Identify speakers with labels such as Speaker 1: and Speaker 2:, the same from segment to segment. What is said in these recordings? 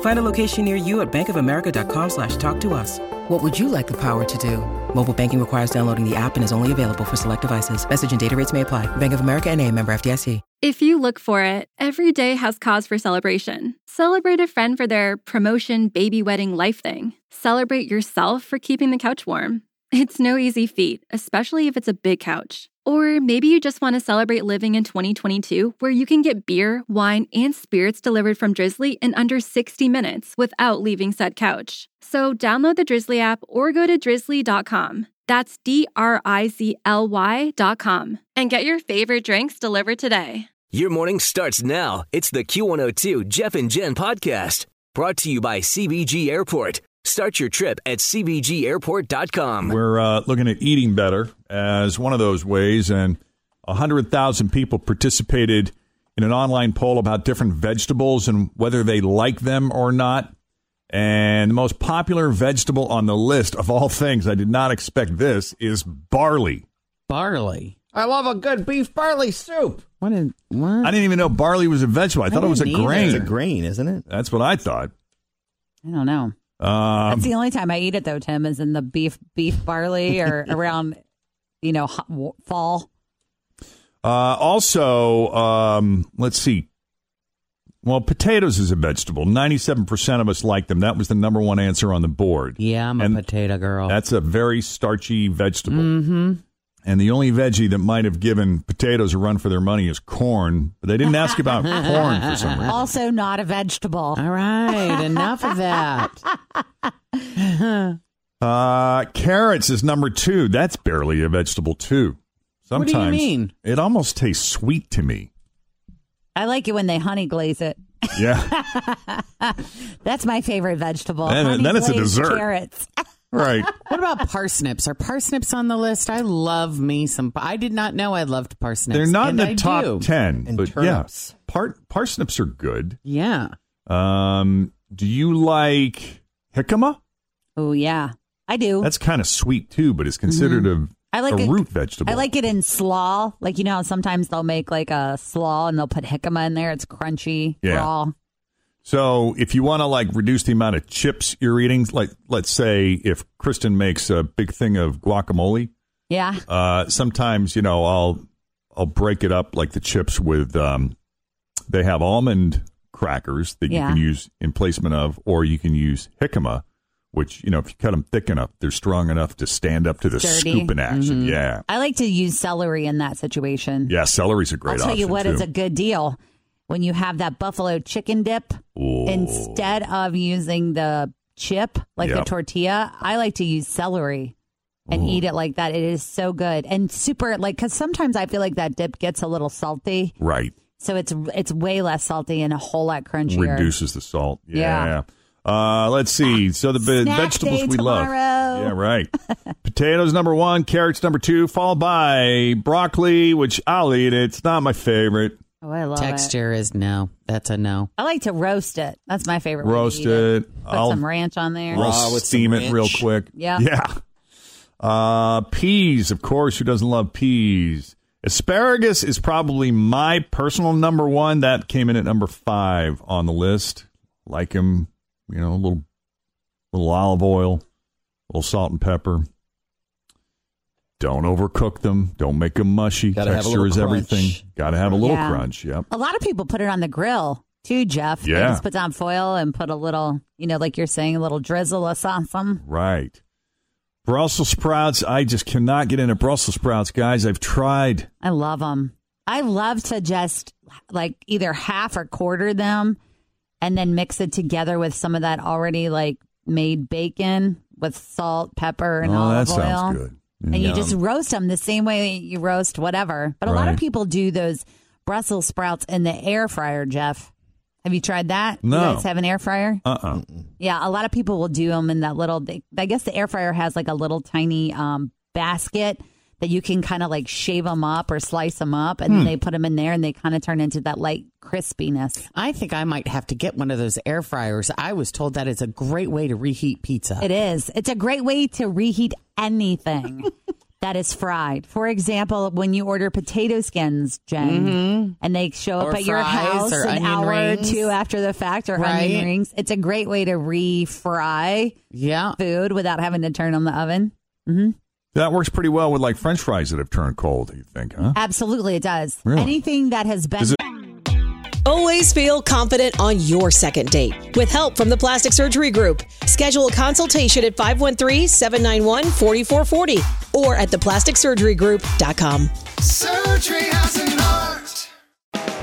Speaker 1: Find a location near you at bankofamerica.com slash talk to us. What would you like the power to do? Mobile banking requires downloading the app and is only available for select devices. Message and data rates may apply. Bank of America and a member FDIC.
Speaker 2: If you look for it, every day has cause for celebration. Celebrate a friend for their promotion, baby wedding, life thing. Celebrate yourself for keeping the couch warm. It's no easy feat, especially if it's a big couch. Or maybe you just want to celebrate living in 2022 where you can get beer, wine, and spirits delivered from Drizzly in under 60 minutes without leaving said couch. So download the Drizzly app or go to drizzly.com. That's D R I Z L Y.com and get your favorite drinks delivered today.
Speaker 3: Your morning starts now. It's the Q102 Jeff and Jen podcast brought to you by CBG Airport. Start your trip at CBGAirport.com.
Speaker 4: We're uh, looking at eating better as one of those ways, and 100,000 people participated in an online poll about different vegetables and whether they like them or not. And the most popular vegetable on the list of all things, I did not expect this, is barley.
Speaker 5: barley.
Speaker 6: I love a good beef barley soup.
Speaker 5: What? In, what?
Speaker 4: I didn't even know barley was a vegetable. I thought it was a
Speaker 5: didn't either.
Speaker 4: grain.
Speaker 6: It's a grain, isn't it?
Speaker 4: That's what I thought.
Speaker 7: I don't know.
Speaker 4: Um,
Speaker 7: That's the only time I eat it though. Tim is in the beef beef barley or around you know hot, w- fall.
Speaker 4: Uh, also, um, let's see. Well, potatoes is a vegetable. Ninety-seven percent of us like them. That was the number one answer on the board.
Speaker 5: Yeah, I'm a
Speaker 4: And
Speaker 5: potato girl.
Speaker 4: That's a very starchy vegetable. Mm-hmm. And the only veggie that might have given potatoes a run for their money is corn. But they didn't ask about corn for some reason.
Speaker 7: Also not a vegetable.
Speaker 5: All right, enough of that.
Speaker 4: Uh, carrots is number two. That's barely a vegetable too.
Speaker 5: What do you
Speaker 4: Sometimes
Speaker 5: mean?
Speaker 4: it almost tastes sweet to me.
Speaker 7: I like it when they honey glaze it.
Speaker 4: Yeah,
Speaker 7: That's my favorite vegetable.
Speaker 4: Then-
Speaker 7: Honey
Speaker 4: then it's a
Speaker 7: glazed
Speaker 4: dessert.
Speaker 7: Carrots.
Speaker 4: right.
Speaker 5: What about parsnips? Are parsnips on the list? I love me some. I did not know I loved parsnips.
Speaker 4: They're not in
Speaker 5: and
Speaker 4: the
Speaker 5: I
Speaker 4: top
Speaker 5: do.
Speaker 4: ten,
Speaker 6: And
Speaker 4: but
Speaker 6: turnips.
Speaker 4: yeah, Par- parsnips are good.
Speaker 5: Yeah.
Speaker 4: Um, do you like jicama?
Speaker 7: Oh yeah, I do.
Speaker 4: That's kind of sweet too, but it's considered a,
Speaker 7: I like
Speaker 4: a
Speaker 7: it-
Speaker 4: root vegetable.
Speaker 7: I like it in slaw. Like you know, how sometimes they'll make like a slaw and they'll put jicama in there. It's crunchy,
Speaker 4: Yeah.
Speaker 7: raw.
Speaker 4: So if you want to like reduce the amount of chips you're eating, like let's say if Kristen makes a big thing of guacamole,
Speaker 7: Yeah,
Speaker 4: uh, sometimes you know I'll I'll break it up like the chips with um, they have almond crackers that
Speaker 7: Yeah.
Speaker 4: you can use in placement of, or you can use jicama, which you know if you cut them thick enough, they're strong enough to stand up to the
Speaker 7: Sturdy. Mm-hmm.
Speaker 4: scooping action. Yeah,
Speaker 7: I like to use celery in that situation.
Speaker 4: yeah, celery's a great
Speaker 7: I'll tell
Speaker 4: option
Speaker 7: you what,
Speaker 4: too.
Speaker 7: it's a good deal when you have that buffalo chicken dip
Speaker 4: Ooh.
Speaker 7: instead of using the chip like the
Speaker 4: Yep.
Speaker 7: tortilla. I like to use celery and eat it like that. It is so good and super like because sometimes I feel like that dip gets a little salty,
Speaker 4: right.
Speaker 7: so it's it's way less salty and a whole lot crunchier.
Speaker 4: reduces the salt. Yeah.
Speaker 7: Yeah.
Speaker 4: Uh, let's see. So the ve-
Speaker 7: Snack
Speaker 4: vegetables
Speaker 7: day
Speaker 4: we love.
Speaker 7: tomorrow.
Speaker 4: Yeah, right. Potatoes number one, carrots number two, followed by broccoli, which I'll eat. it. It's not my favorite.
Speaker 7: Oh, I love it.
Speaker 5: Texture is no. That's a no.
Speaker 7: I like to roast it. That's my favorite. way to
Speaker 4: Roast
Speaker 7: eat it.
Speaker 4: it.
Speaker 7: Put
Speaker 4: I'll
Speaker 7: some ranch on there.
Speaker 4: I'll
Speaker 6: Raw with some
Speaker 4: steam it real
Speaker 6: ranch.
Speaker 4: quick.
Speaker 7: Yeah.
Speaker 4: Yeah. Uh, peas, of course. Who doesn't love peas? Asparagus is probably my personal number one. That came in at number five on the list. Like them, you know, a little, little olive oil, a little salt and pepper. Don't overcook them. Don't make them mushy.
Speaker 6: Gotta have a
Speaker 4: Texture
Speaker 6: little
Speaker 4: is everything.
Speaker 6: crunch.
Speaker 4: Got to have a little
Speaker 7: Yeah.
Speaker 4: crunch. Yep.
Speaker 7: A lot of people put it on the grill too, Jeff. They
Speaker 4: Yeah.
Speaker 7: just put on foil and put a little, you know, like you're saying, a little drizzle of something.
Speaker 4: Right. Brussels sprouts. I just cannot get into Brussels sprouts, guys. I've tried.
Speaker 7: I love them. I love to just like either half or quarter them and then mix it together with some of that already like made bacon with salt, pepper, and
Speaker 4: oh,
Speaker 7: olive
Speaker 4: that
Speaker 7: oil.
Speaker 4: sounds good.
Speaker 7: And you
Speaker 4: Yum.
Speaker 7: just roast them the same way you roast whatever. But a lot
Speaker 4: Right.
Speaker 7: of people do those Brussels sprouts in the air fryer, Jeff. Have you tried that?
Speaker 4: No.
Speaker 7: You guys have an air fryer?
Speaker 4: uh-uh.
Speaker 7: Yeah, a lot of people will do them in that little. They, I guess the air fryer has like a little tiny um, basket that you can kind of like shave them up or slice them up, and
Speaker 5: Hmm.
Speaker 7: then they put them in there, and they kind of turn into that light crispiness.
Speaker 5: I think I might have to get one of those air fryers. I was told that is a great way to reheat pizza.
Speaker 7: It is. It's a great way to reheat anything that is fried. For example, when you order potato skins, Jen, and they show up
Speaker 5: Mm-hmm. Or
Speaker 7: at your
Speaker 5: fries
Speaker 7: house
Speaker 5: or
Speaker 7: an
Speaker 5: onion
Speaker 7: hour
Speaker 5: rings.
Speaker 7: or two after the fact, or
Speaker 5: Right.
Speaker 7: onion rings, it's a great way to refry
Speaker 5: Yeah.
Speaker 7: food without having to turn on the oven.
Speaker 4: That works pretty well with like French fries that have turned cold. You think, huh?
Speaker 7: Absolutely, it does.
Speaker 4: Really?
Speaker 7: Anything that has been
Speaker 4: Is it-
Speaker 8: Always feel confident on your second date with help from the Plastic Surgery Group. Schedule a consultation at 513 791 4440 or at theplasticsurgerygroup.com.
Speaker 9: Surgery has an art.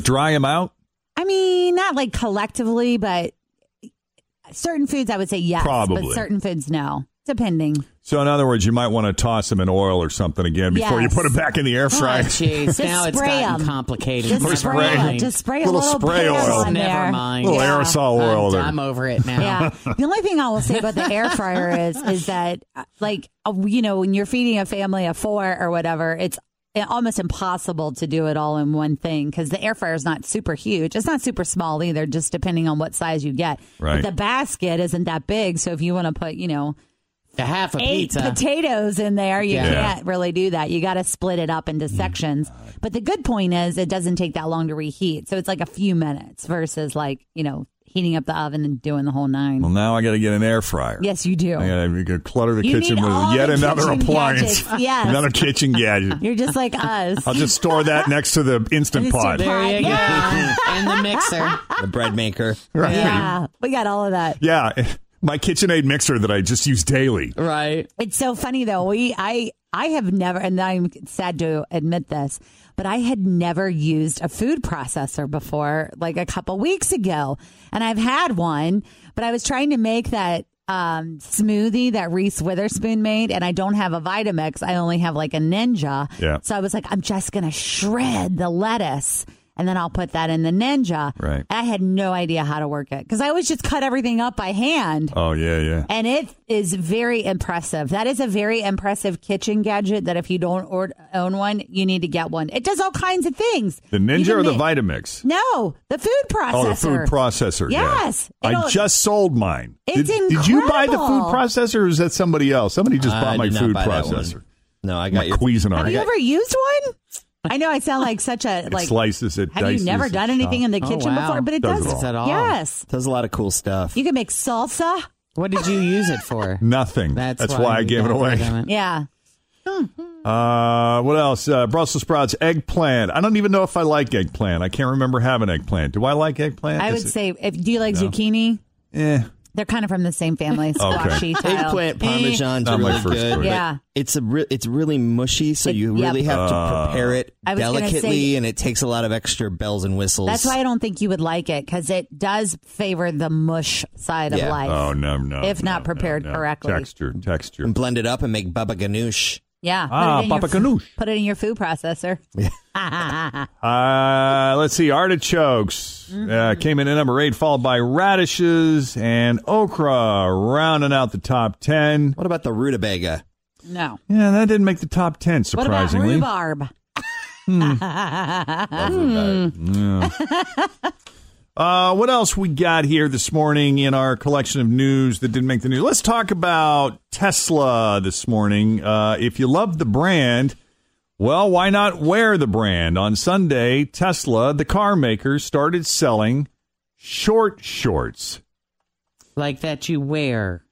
Speaker 4: Dry them out.
Speaker 7: I mean, not like collectively, but certain foods I would say yes,
Speaker 4: Probably.
Speaker 7: but certain foods no, depending.
Speaker 4: So, in other words, you might want to toss them in oil or something again before
Speaker 7: Yes.
Speaker 4: you put them back in the air
Speaker 5: Oh,
Speaker 4: fryer.
Speaker 5: jeez. now it's
Speaker 7: spray
Speaker 5: gotten
Speaker 7: 'em.
Speaker 5: complicated.
Speaker 7: Just
Speaker 4: Or
Speaker 5: Never
Speaker 4: spray.
Speaker 7: spray,
Speaker 5: mind.
Speaker 7: just spray a
Speaker 4: Little
Speaker 7: little,
Speaker 4: spray
Speaker 7: pan
Speaker 4: oil.
Speaker 7: on
Speaker 5: Never
Speaker 7: there.
Speaker 5: mind.
Speaker 4: Little
Speaker 7: Yeah.
Speaker 4: aerosol oil
Speaker 5: I'm,
Speaker 4: there.
Speaker 5: I'm over it now.
Speaker 7: Yeah. the only thing I will say about the air fryer is, is that uh, like uh, you know when you're feeding a family of four or whatever, it's uh, almost impossible to do it all in one thing because the air fryer is not super huge. It's not super small either, just depending on what size you get.
Speaker 4: Right.
Speaker 7: But the basket isn't that big, so if you want to put you know
Speaker 5: The half a
Speaker 7: eight
Speaker 5: pizza.
Speaker 7: potatoes in there. You
Speaker 5: Yeah.
Speaker 7: can't really do that. You got to split it up into sections. But the good point is it doesn't take that long to reheat. So it's like a few minutes versus like, you know, heating up the oven and doing the whole nine.
Speaker 4: Well, now I got to get an air fryer.
Speaker 7: yes, you do.
Speaker 4: I gotta, you gotta clutter the
Speaker 7: You need
Speaker 4: kitchen with
Speaker 7: all
Speaker 4: yet
Speaker 7: the
Speaker 4: another
Speaker 7: kitchen
Speaker 4: appliance,
Speaker 7: gadgets, yes.
Speaker 4: another kitchen gadget.
Speaker 7: You're just like us.
Speaker 4: I'll just store that next to the instant
Speaker 7: Instant
Speaker 4: pot.
Speaker 7: pot.
Speaker 5: there you
Speaker 7: Yeah.
Speaker 5: go. and the mixer.
Speaker 6: The bread maker.
Speaker 4: Right.
Speaker 7: yeah. We got all of that.
Speaker 4: Yeah, my KitchenAid mixer that I just use daily.
Speaker 5: Right.
Speaker 7: It's so funny though. We I I have never and I'm sad to admit this, but I had never used a food processor before like a couple weeks ago. And I've had one, but I was trying to make that um, smoothie that Reese Witherspoon made, and I don't have a Vitamix. I only have like a Ninja.
Speaker 4: Yeah.
Speaker 7: So I was like, I'm just gonna shred the lettuce, and then I'll put that in the Ninja.
Speaker 4: Right.
Speaker 7: And I had no idea how to work it because I always just cut everything up by hand.
Speaker 4: Oh yeah, yeah.
Speaker 7: And it is very impressive. That is a very impressive kitchen gadget that if you don't or- own one, you need to get one. It does all kinds of things.
Speaker 4: The
Speaker 7: You
Speaker 4: Ninja
Speaker 7: can
Speaker 4: or the
Speaker 7: make-
Speaker 4: Vitamix?
Speaker 7: No, the food processor.
Speaker 4: Oh, the food processor. yeah.
Speaker 7: Yes.
Speaker 4: I
Speaker 7: It'll-
Speaker 4: just sold mine.
Speaker 7: It's
Speaker 4: did, did you buy the food
Speaker 7: incredible.
Speaker 4: processor, or is that somebody else? Somebody just
Speaker 6: I
Speaker 4: bought my
Speaker 6: did not
Speaker 4: food
Speaker 6: buy that one.
Speaker 4: processor.
Speaker 6: No, I
Speaker 4: My
Speaker 6: got your
Speaker 4: Cuisinart.
Speaker 7: Have you ever used one? I know I sound like such a
Speaker 4: It
Speaker 7: like.
Speaker 4: slices it.
Speaker 7: have you
Speaker 4: dices
Speaker 7: never
Speaker 4: it,
Speaker 7: done anything in the
Speaker 5: Oh,
Speaker 7: kitchen
Speaker 5: wow.
Speaker 7: before? But it
Speaker 4: Does
Speaker 7: does.
Speaker 4: it all.
Speaker 5: Does it all.
Speaker 7: Yes,
Speaker 6: Does a lot of cool stuff.
Speaker 7: you can make salsa.
Speaker 5: What did you use it for?
Speaker 4: Nothing. That's,
Speaker 5: That's,
Speaker 4: why, I
Speaker 5: you
Speaker 4: gave it
Speaker 5: got
Speaker 4: away.
Speaker 5: of it.
Speaker 7: Yeah,
Speaker 4: Uh, what else? Uh, Brussels sprouts, eggplant. I don't even know if I like eggplant. I can't remember having eggplant. Do I like eggplant?
Speaker 7: I
Speaker 4: Is
Speaker 7: would
Speaker 4: it-
Speaker 7: say. If do you like zucchini?
Speaker 4: Eh.
Speaker 7: They're kind of from the same family. Squashy tile.
Speaker 6: Eggplant parmesan's
Speaker 4: Not my
Speaker 6: really
Speaker 4: first
Speaker 6: good. but
Speaker 4: choice.
Speaker 7: Yeah.
Speaker 6: it's a re- it's really mushy, so
Speaker 7: It-
Speaker 6: you
Speaker 7: yep.
Speaker 6: really have
Speaker 4: Uh,
Speaker 6: to prepare it
Speaker 7: I was gonna
Speaker 6: delicately,
Speaker 7: say-
Speaker 6: and it takes a lot of extra bells and whistles.
Speaker 7: That's why I don't think you would like it because it does favor the mush side
Speaker 6: Yeah.
Speaker 7: of life.
Speaker 4: Oh no, no.
Speaker 7: If
Speaker 4: no,
Speaker 7: not
Speaker 4: no,
Speaker 7: prepared
Speaker 4: no.
Speaker 7: correctly.
Speaker 4: Texture, texture.
Speaker 6: and blend it up and make baba ganoush.
Speaker 7: Yeah. Put
Speaker 4: Ah,
Speaker 7: it in your
Speaker 4: Papa
Speaker 7: f-
Speaker 4: Ganoush.
Speaker 7: Put it in your food processor.
Speaker 4: Uh, let's see. Artichokes
Speaker 7: Mm-hmm.
Speaker 4: uh, came in at number eight, followed by radishes and okra, rounding out the top ten.
Speaker 6: What about the rutabaga?
Speaker 7: No.
Speaker 4: Yeah, that didn't make the top ten.
Speaker 7: What about
Speaker 4: Surprisingly,
Speaker 7: rhubarb?
Speaker 4: Hmm. Uh, what else we got here this morning in our collection of news that didn't make the news? Let's talk about Tesla this morning. Uh, if you love the brand, Well, why not wear the brand? On Sunday, Tesla, the car maker, started selling short shorts.
Speaker 5: Like that you wear.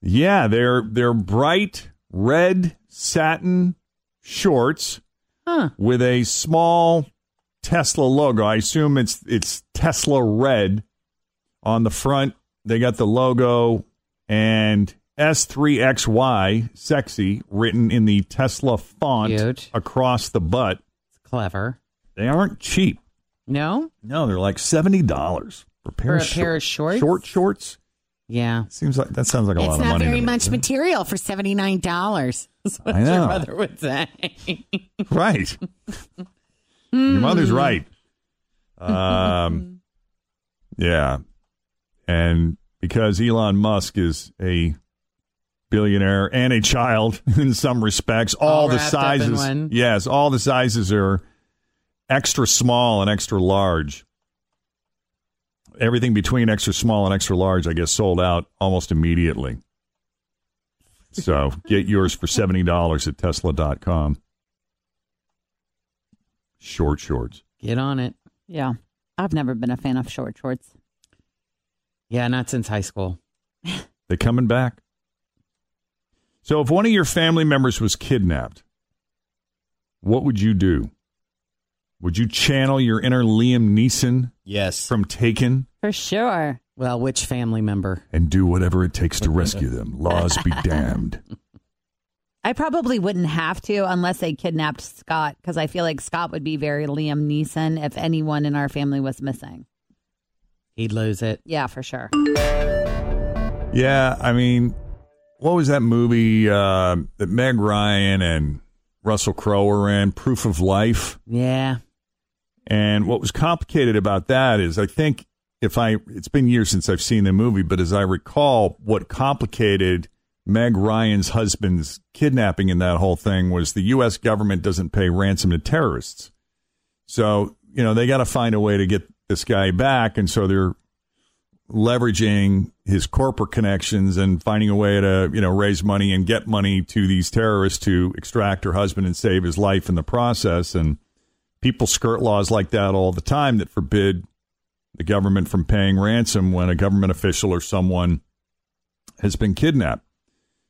Speaker 4: Yeah, they're they're bright red satin shorts
Speaker 5: Huh.
Speaker 4: with a small Tesla logo. I assume it's it's Tesla red on the front. They got the logo and S3XY sexy written in the Tesla font
Speaker 5: Cute.
Speaker 4: across the butt.
Speaker 5: It's clever.
Speaker 4: They aren't cheap.
Speaker 5: No?
Speaker 4: No, they're like seventy dollars for a pair,
Speaker 5: For
Speaker 4: of,
Speaker 5: a pair of shorts?
Speaker 4: Short shorts
Speaker 5: Yeah.
Speaker 4: seems like that sounds like a
Speaker 5: It's
Speaker 4: lot of
Speaker 5: not
Speaker 4: money. to
Speaker 5: very
Speaker 4: me.
Speaker 5: much material for seventy nine dollars. What
Speaker 4: I know.
Speaker 5: your mother would say.
Speaker 4: Right. Your mother's
Speaker 5: Hmm.
Speaker 4: right. Um, yeah. And because Elon Musk is a billionaire and a child in some respects, all,
Speaker 5: All
Speaker 4: the
Speaker 5: wrapped up in
Speaker 4: sizes,
Speaker 5: one.
Speaker 4: yes, all the sizes are extra small and extra large. Everything between extra small and extra large, I guess, sold out almost immediately. So get yours for $70 at Tesla.com. Short shorts.
Speaker 5: Get on it.
Speaker 7: Yeah. I've never been a fan of short shorts.
Speaker 5: Yeah, not since high school.
Speaker 4: They coming back. So if one of your family members was kidnapped, what would you do? Would you channel your inner Liam Neeson
Speaker 6: Yes.
Speaker 4: from Taken
Speaker 7: For sure.
Speaker 5: Well, which family member?
Speaker 4: and do whatever it takes to rescue them? Laws be damned.
Speaker 7: I probably wouldn't have to unless they kidnapped Scott because I feel like Scott would be very Liam Neeson if anyone in our family was missing.
Speaker 5: He'd lose it.
Speaker 7: Yeah, for sure.
Speaker 4: Yeah, I mean, what was that movie uh, that Meg Ryan and Russell Crowe were in? Proof of Life.
Speaker 5: Yeah.
Speaker 4: And what was complicated about that is I think if I it's been years since I've seen the movie, but as I recall, what complicated Meg Ryan's husband's kidnapping in that whole thing was the US government doesn't pay ransom to terrorists. So, you know, they got to find a way to get this guy back and so they're leveraging his corporate connections and finding a way to, you know, raise money and get money to these terrorists to extract her husband and save his life in the process and people skirt laws like that all the time that forbid the government from paying ransom when a government official or someone has been kidnapped.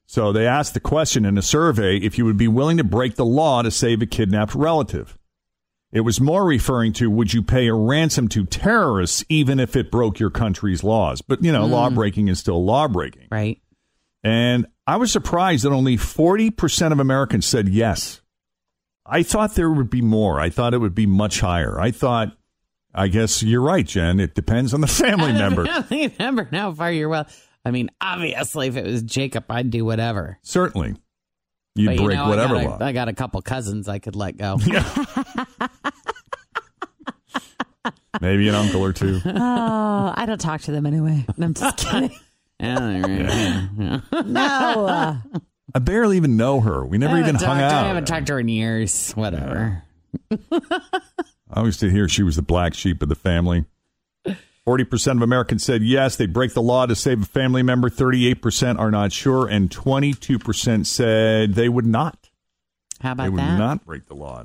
Speaker 4: So they asked the question in a survey if you would be willing to break the law to save a kidnapped relative. It was more referring to would you pay a ransom to terrorists even if it broke your country's laws? But, you know, law breaking is still law breaking.
Speaker 5: Right.
Speaker 4: And I was surprised that only 40% of Americans said yes. I thought there would be more. I thought it would be much higher. I thought, I guess you're right, Jen. It depends on the family member.
Speaker 5: I don't remember how far you're well. I mean, obviously, if it was Jacob, I'd do whatever.
Speaker 4: Certainly. You'd
Speaker 5: But, you
Speaker 4: break
Speaker 5: know, I
Speaker 4: whatever
Speaker 5: got a-
Speaker 4: law.
Speaker 5: I got a couple cousins I could let go.
Speaker 4: Maybe an uncle or two.
Speaker 7: Oh, I don't talk to them anyway. I'm just kidding.
Speaker 5: Yeah.
Speaker 7: No. Uh,
Speaker 4: I barely even know her. We never
Speaker 5: I
Speaker 4: even
Speaker 5: haven't
Speaker 4: hung
Speaker 5: talked-
Speaker 4: out.
Speaker 5: I haven't talked to her in years. Whatever.
Speaker 4: I always did hear she was the black sheep of the family. 40% of Americans said yes, they'd break the law to save a family member. 38% are not sure, and 22% said they would not.
Speaker 5: How
Speaker 4: they
Speaker 5: about
Speaker 4: would
Speaker 5: that?
Speaker 4: not break the law.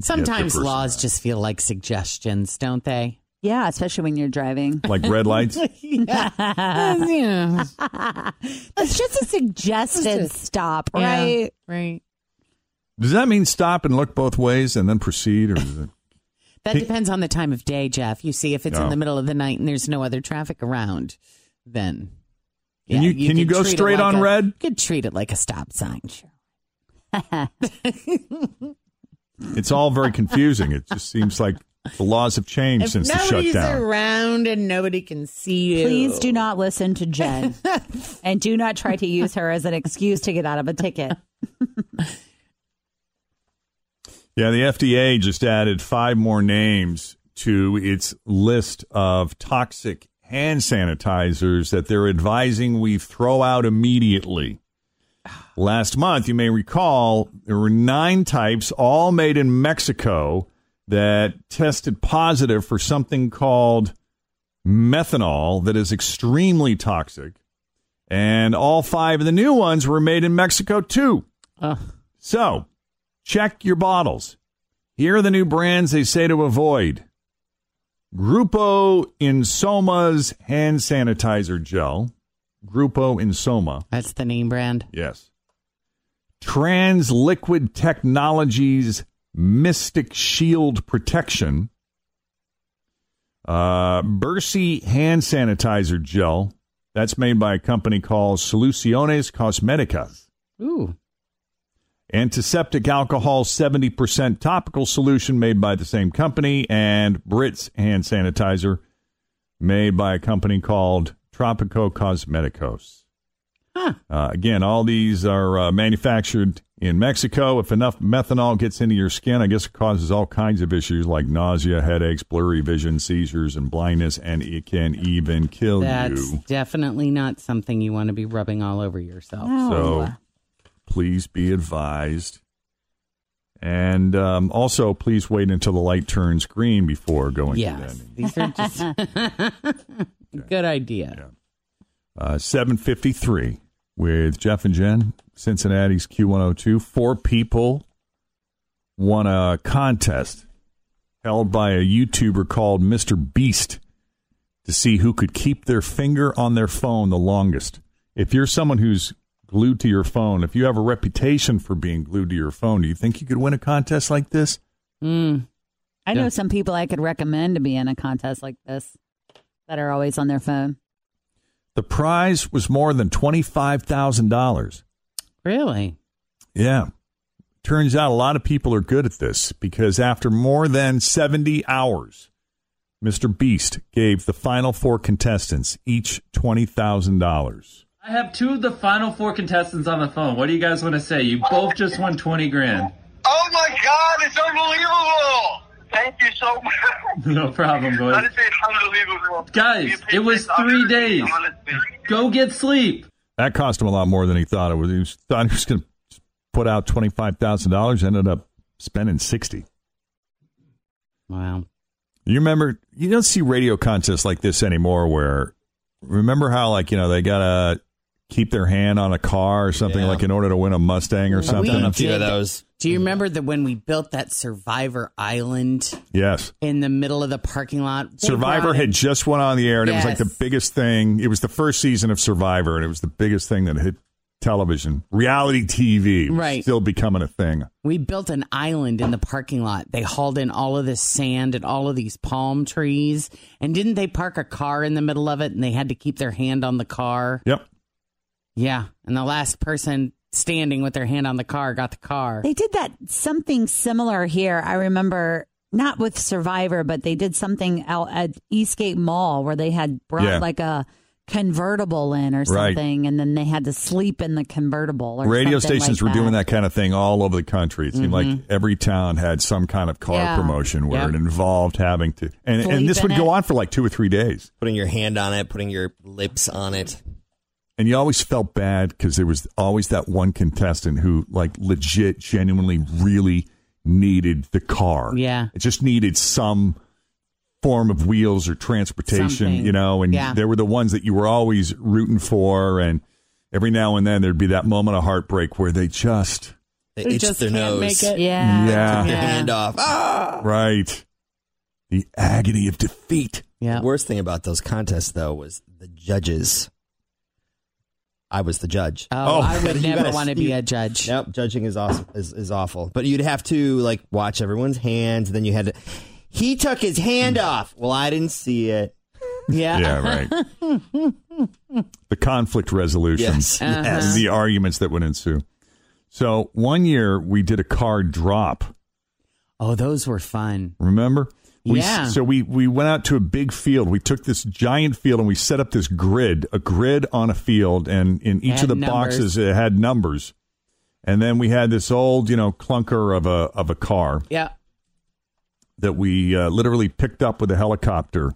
Speaker 5: Sometimes
Speaker 4: person
Speaker 5: laws
Speaker 4: out.
Speaker 5: just feel like suggestions, don't they?
Speaker 7: yeah, especially when you're driving.
Speaker 4: Like red lights?
Speaker 5: yeah.
Speaker 7: It's just a suggested stop, right?
Speaker 5: Right.
Speaker 4: Does that mean stop and look both ways and then proceed? Or is it-
Speaker 5: That
Speaker 4: Pe-
Speaker 5: depends on the time of day, Jeff. You see, if it's
Speaker 4: Yeah.
Speaker 5: in the middle of the night and there's no other traffic around, then
Speaker 4: Can you- can you
Speaker 5: could
Speaker 4: go
Speaker 5: treat it
Speaker 4: straight
Speaker 5: like
Speaker 4: on
Speaker 5: a-
Speaker 4: red?
Speaker 5: You could treat it like a stop sign. Sure.
Speaker 4: it's all very confusing. It just seems like the laws have changed
Speaker 5: If
Speaker 4: since the
Speaker 5: nobody's
Speaker 4: shutdown.
Speaker 5: around and nobody can see you,
Speaker 7: Please do not listen to Jen and do not try to use her as an excuse to get out of a ticket.
Speaker 4: Yeah, the FDA just added five more names to its list of toxic hand sanitizers that they're advising we throw out immediately. Last month, you may recall, there were nine types, all made in Mexico, that tested positive for something called methanol that is extremely toxic. And all five of the new ones were made in Mexico, too.
Speaker 5: Ugh.
Speaker 4: So, check your bottles. Here are the new brands they say to avoid Grupo Insoma's hand sanitizer gel. Grupo Insoma.
Speaker 5: That's the name brand.
Speaker 4: Yes. Trans Liquid Technologies Mystic Shield Protection. Uh, Bercy hand sanitizer gel. That's made by a company called Soluciones Cosméticas.
Speaker 5: Ooh.
Speaker 4: Antiseptic alcohol 70% topical solution made by the same company, and Brits hand sanitizer made by a company called Tropico Cosmeticos.
Speaker 5: Huh.
Speaker 4: Uh, again, all these are uh, manufactured in Mexico. If enough methanol gets into your skin, I guess it causes all kinds of issues like nausea, headaches, blurry vision, seizures, and blindness, and it can even kill
Speaker 5: That's
Speaker 4: you.
Speaker 5: definitely not something you want to be rubbing all over yourself.
Speaker 4: So please be advised. And um, also, please wait until the light turns green before going
Speaker 5: Yes.
Speaker 4: to bed.
Speaker 5: These are just good idea.
Speaker 4: Uh, 753 with Jeff and Jen, Cincinnati's Q102. Four people won a contest held by a YouTuber called Mr. Beast to see who could keep their finger on their phone the longest. If you're someone who's glued to your phone, if you have a reputation for being glued to your phone, do you think you could win a contest like this?
Speaker 5: Mm.
Speaker 7: I
Speaker 4: Yeah.
Speaker 7: know some people I could recommend to be in a contest like this that are always on their phone.
Speaker 4: The prize was more than $25,000.
Speaker 5: Really?
Speaker 4: Yeah. Turns out a lot of people are good at this because after more than 70 hours, Mr. Beast gave the final four contestants each $20,000.
Speaker 10: I have two of the final four contestants on the phone. What do you guys want to say? You both just won 20 grand.
Speaker 11: Oh my God, it's unbelievable! Thank you so much.
Speaker 10: No problem, boys.
Speaker 11: Honestly, it's unbelievable.
Speaker 10: Guys, it was three days. Go get sleep.
Speaker 4: That cost him a lot more than he thought it was. He was, thought he was going to put out $25,000, ended up spending 60.
Speaker 5: Wow.
Speaker 4: You remember, you don't see radio contests like this anymore where, remember how, like, you know, they got to keep their hand on a car or something,
Speaker 6: Yeah.
Speaker 4: like in order to win a Mustang or something?
Speaker 6: done a few of those.
Speaker 5: Do you remember that when we built that Survivor Island
Speaker 4: Yes.
Speaker 5: in the middle of the parking lot? They
Speaker 4: Survivor
Speaker 5: brought
Speaker 4: had just went on the air, and it was like
Speaker 5: Yes.
Speaker 4: the biggest thing. It was the first season of Survivor, and it was the biggest thing that hit television, reality TV, was
Speaker 5: Right.
Speaker 4: Still becoming a thing.
Speaker 5: We built an island in the parking lot. They hauled in all of this sand and all of these palm trees. And didn't they park a car in the middle of it and they had to keep their hand on the car?
Speaker 4: Yep.
Speaker 5: Yeah. And the last person standing with their hand on the car got the car.
Speaker 7: They did that something similar here. I remember not with Survivor, but they did something out at Eastgate Mall where they had brought
Speaker 4: Yeah.
Speaker 7: like a convertible in or
Speaker 4: Right.
Speaker 7: something, and then they had to sleep in the convertible. Or
Speaker 4: Radio
Speaker 7: something
Speaker 4: stations
Speaker 7: like
Speaker 4: were doing that kind of thing all over the country. It seemed like
Speaker 7: Mhm.
Speaker 4: every town had some kind of car
Speaker 7: Yeah.
Speaker 4: promotion where
Speaker 7: Yep.
Speaker 4: it involved having to, and,
Speaker 7: Sleep
Speaker 4: and this
Speaker 7: in
Speaker 4: would go
Speaker 7: it.
Speaker 4: on for like two or three days.
Speaker 6: Putting your hand on it, putting your lips on it.
Speaker 4: And you always felt bad because there was always that one contestant who, like, legit, genuinely, really needed the car.
Speaker 5: Yeah.
Speaker 4: It just needed some form of wheels or transportation,
Speaker 5: Something.
Speaker 4: you know, and
Speaker 5: Yeah.
Speaker 4: there were the ones that you were always rooting for. And every now and then there'd be that moment of heartbreak where they just,
Speaker 6: They
Speaker 5: They
Speaker 6: itched
Speaker 5: just
Speaker 6: their nose.
Speaker 5: can't make it.
Speaker 7: Yeah.
Speaker 4: yeah,
Speaker 6: Their
Speaker 5: Yeah.
Speaker 6: hand off. Ah!
Speaker 4: right. The agony of defeat.
Speaker 5: Yeah.
Speaker 6: The worst thing about those contests, though, was the judges. I was the judge.
Speaker 5: Oh,
Speaker 4: Oh.
Speaker 5: I would
Speaker 6: You
Speaker 5: never
Speaker 6: gotta
Speaker 5: want to be
Speaker 6: sleep.
Speaker 5: a judge.
Speaker 6: Nope, judging is awesome is, is awful. But you'd have to like watch everyone's hands. Then you had to. He took his hand off. Well, I didn't see it.
Speaker 5: Mm. Yeah.
Speaker 4: Yeah, right. the conflict resolution.
Speaker 6: Yes,
Speaker 5: Uh-huh.
Speaker 4: and
Speaker 6: yes.
Speaker 4: the arguments that would ensue. So one year we did a card drop.
Speaker 5: Oh, those were fun.
Speaker 4: Remember? We,
Speaker 5: Yeah.
Speaker 4: So we we went out to a big field. We took this giant field and we set up this grid, a grid on a field, and in each of
Speaker 5: Had
Speaker 4: the
Speaker 5: numbers.
Speaker 4: boxes it had numbers. And then we had this old, you know, clunker of a of a car
Speaker 5: Yeah.
Speaker 4: that we uh, literally picked up with a helicopter.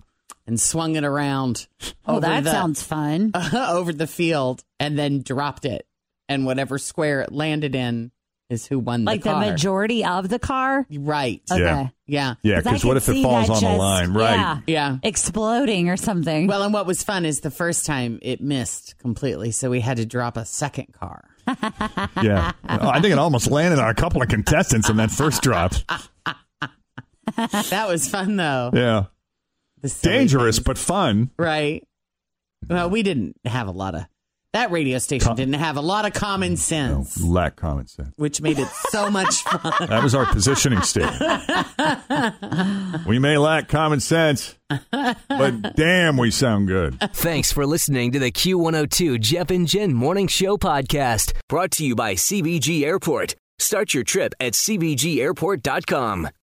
Speaker 5: And swung it around.
Speaker 7: Oh,
Speaker 5: over
Speaker 7: that
Speaker 5: the- uh,
Speaker 7: sounds fun.
Speaker 5: over the field and then dropped it. And whatever square it landed in is who won
Speaker 7: Like
Speaker 5: the
Speaker 7: the
Speaker 5: car.
Speaker 7: majority of the car.
Speaker 5: Right.
Speaker 4: Yeah.
Speaker 7: Okay.
Speaker 5: Yeah.
Speaker 4: Yeah,
Speaker 7: 'Cause I
Speaker 4: because what
Speaker 7: could
Speaker 4: if it
Speaker 7: see
Speaker 4: falls
Speaker 7: that
Speaker 4: on the
Speaker 7: just-
Speaker 4: line? Right.
Speaker 7: yeah,
Speaker 5: Yeah.
Speaker 7: exploding or something.
Speaker 5: Well, and what was fun is the first time it missed completely, so we had to drop a second car.
Speaker 4: Yeah. Oh, I think it almost landed on a couple of contestants on that first drop.
Speaker 5: that was fun though.
Speaker 4: Yeah. Dangerous, but fun.
Speaker 5: Right. Well, we didn't have a lot of that radio station didn't have a lot of common sense,
Speaker 4: Lack common sense.
Speaker 5: which made it so much fun.
Speaker 4: That was our positioning statement. We may lack common sense, but damn, we sound good.
Speaker 3: Thanks for listening to the Q102 Jeff and Jen Morning Show podcast, brought to you by CBG Airport. Start your trip at CBGAirport.com.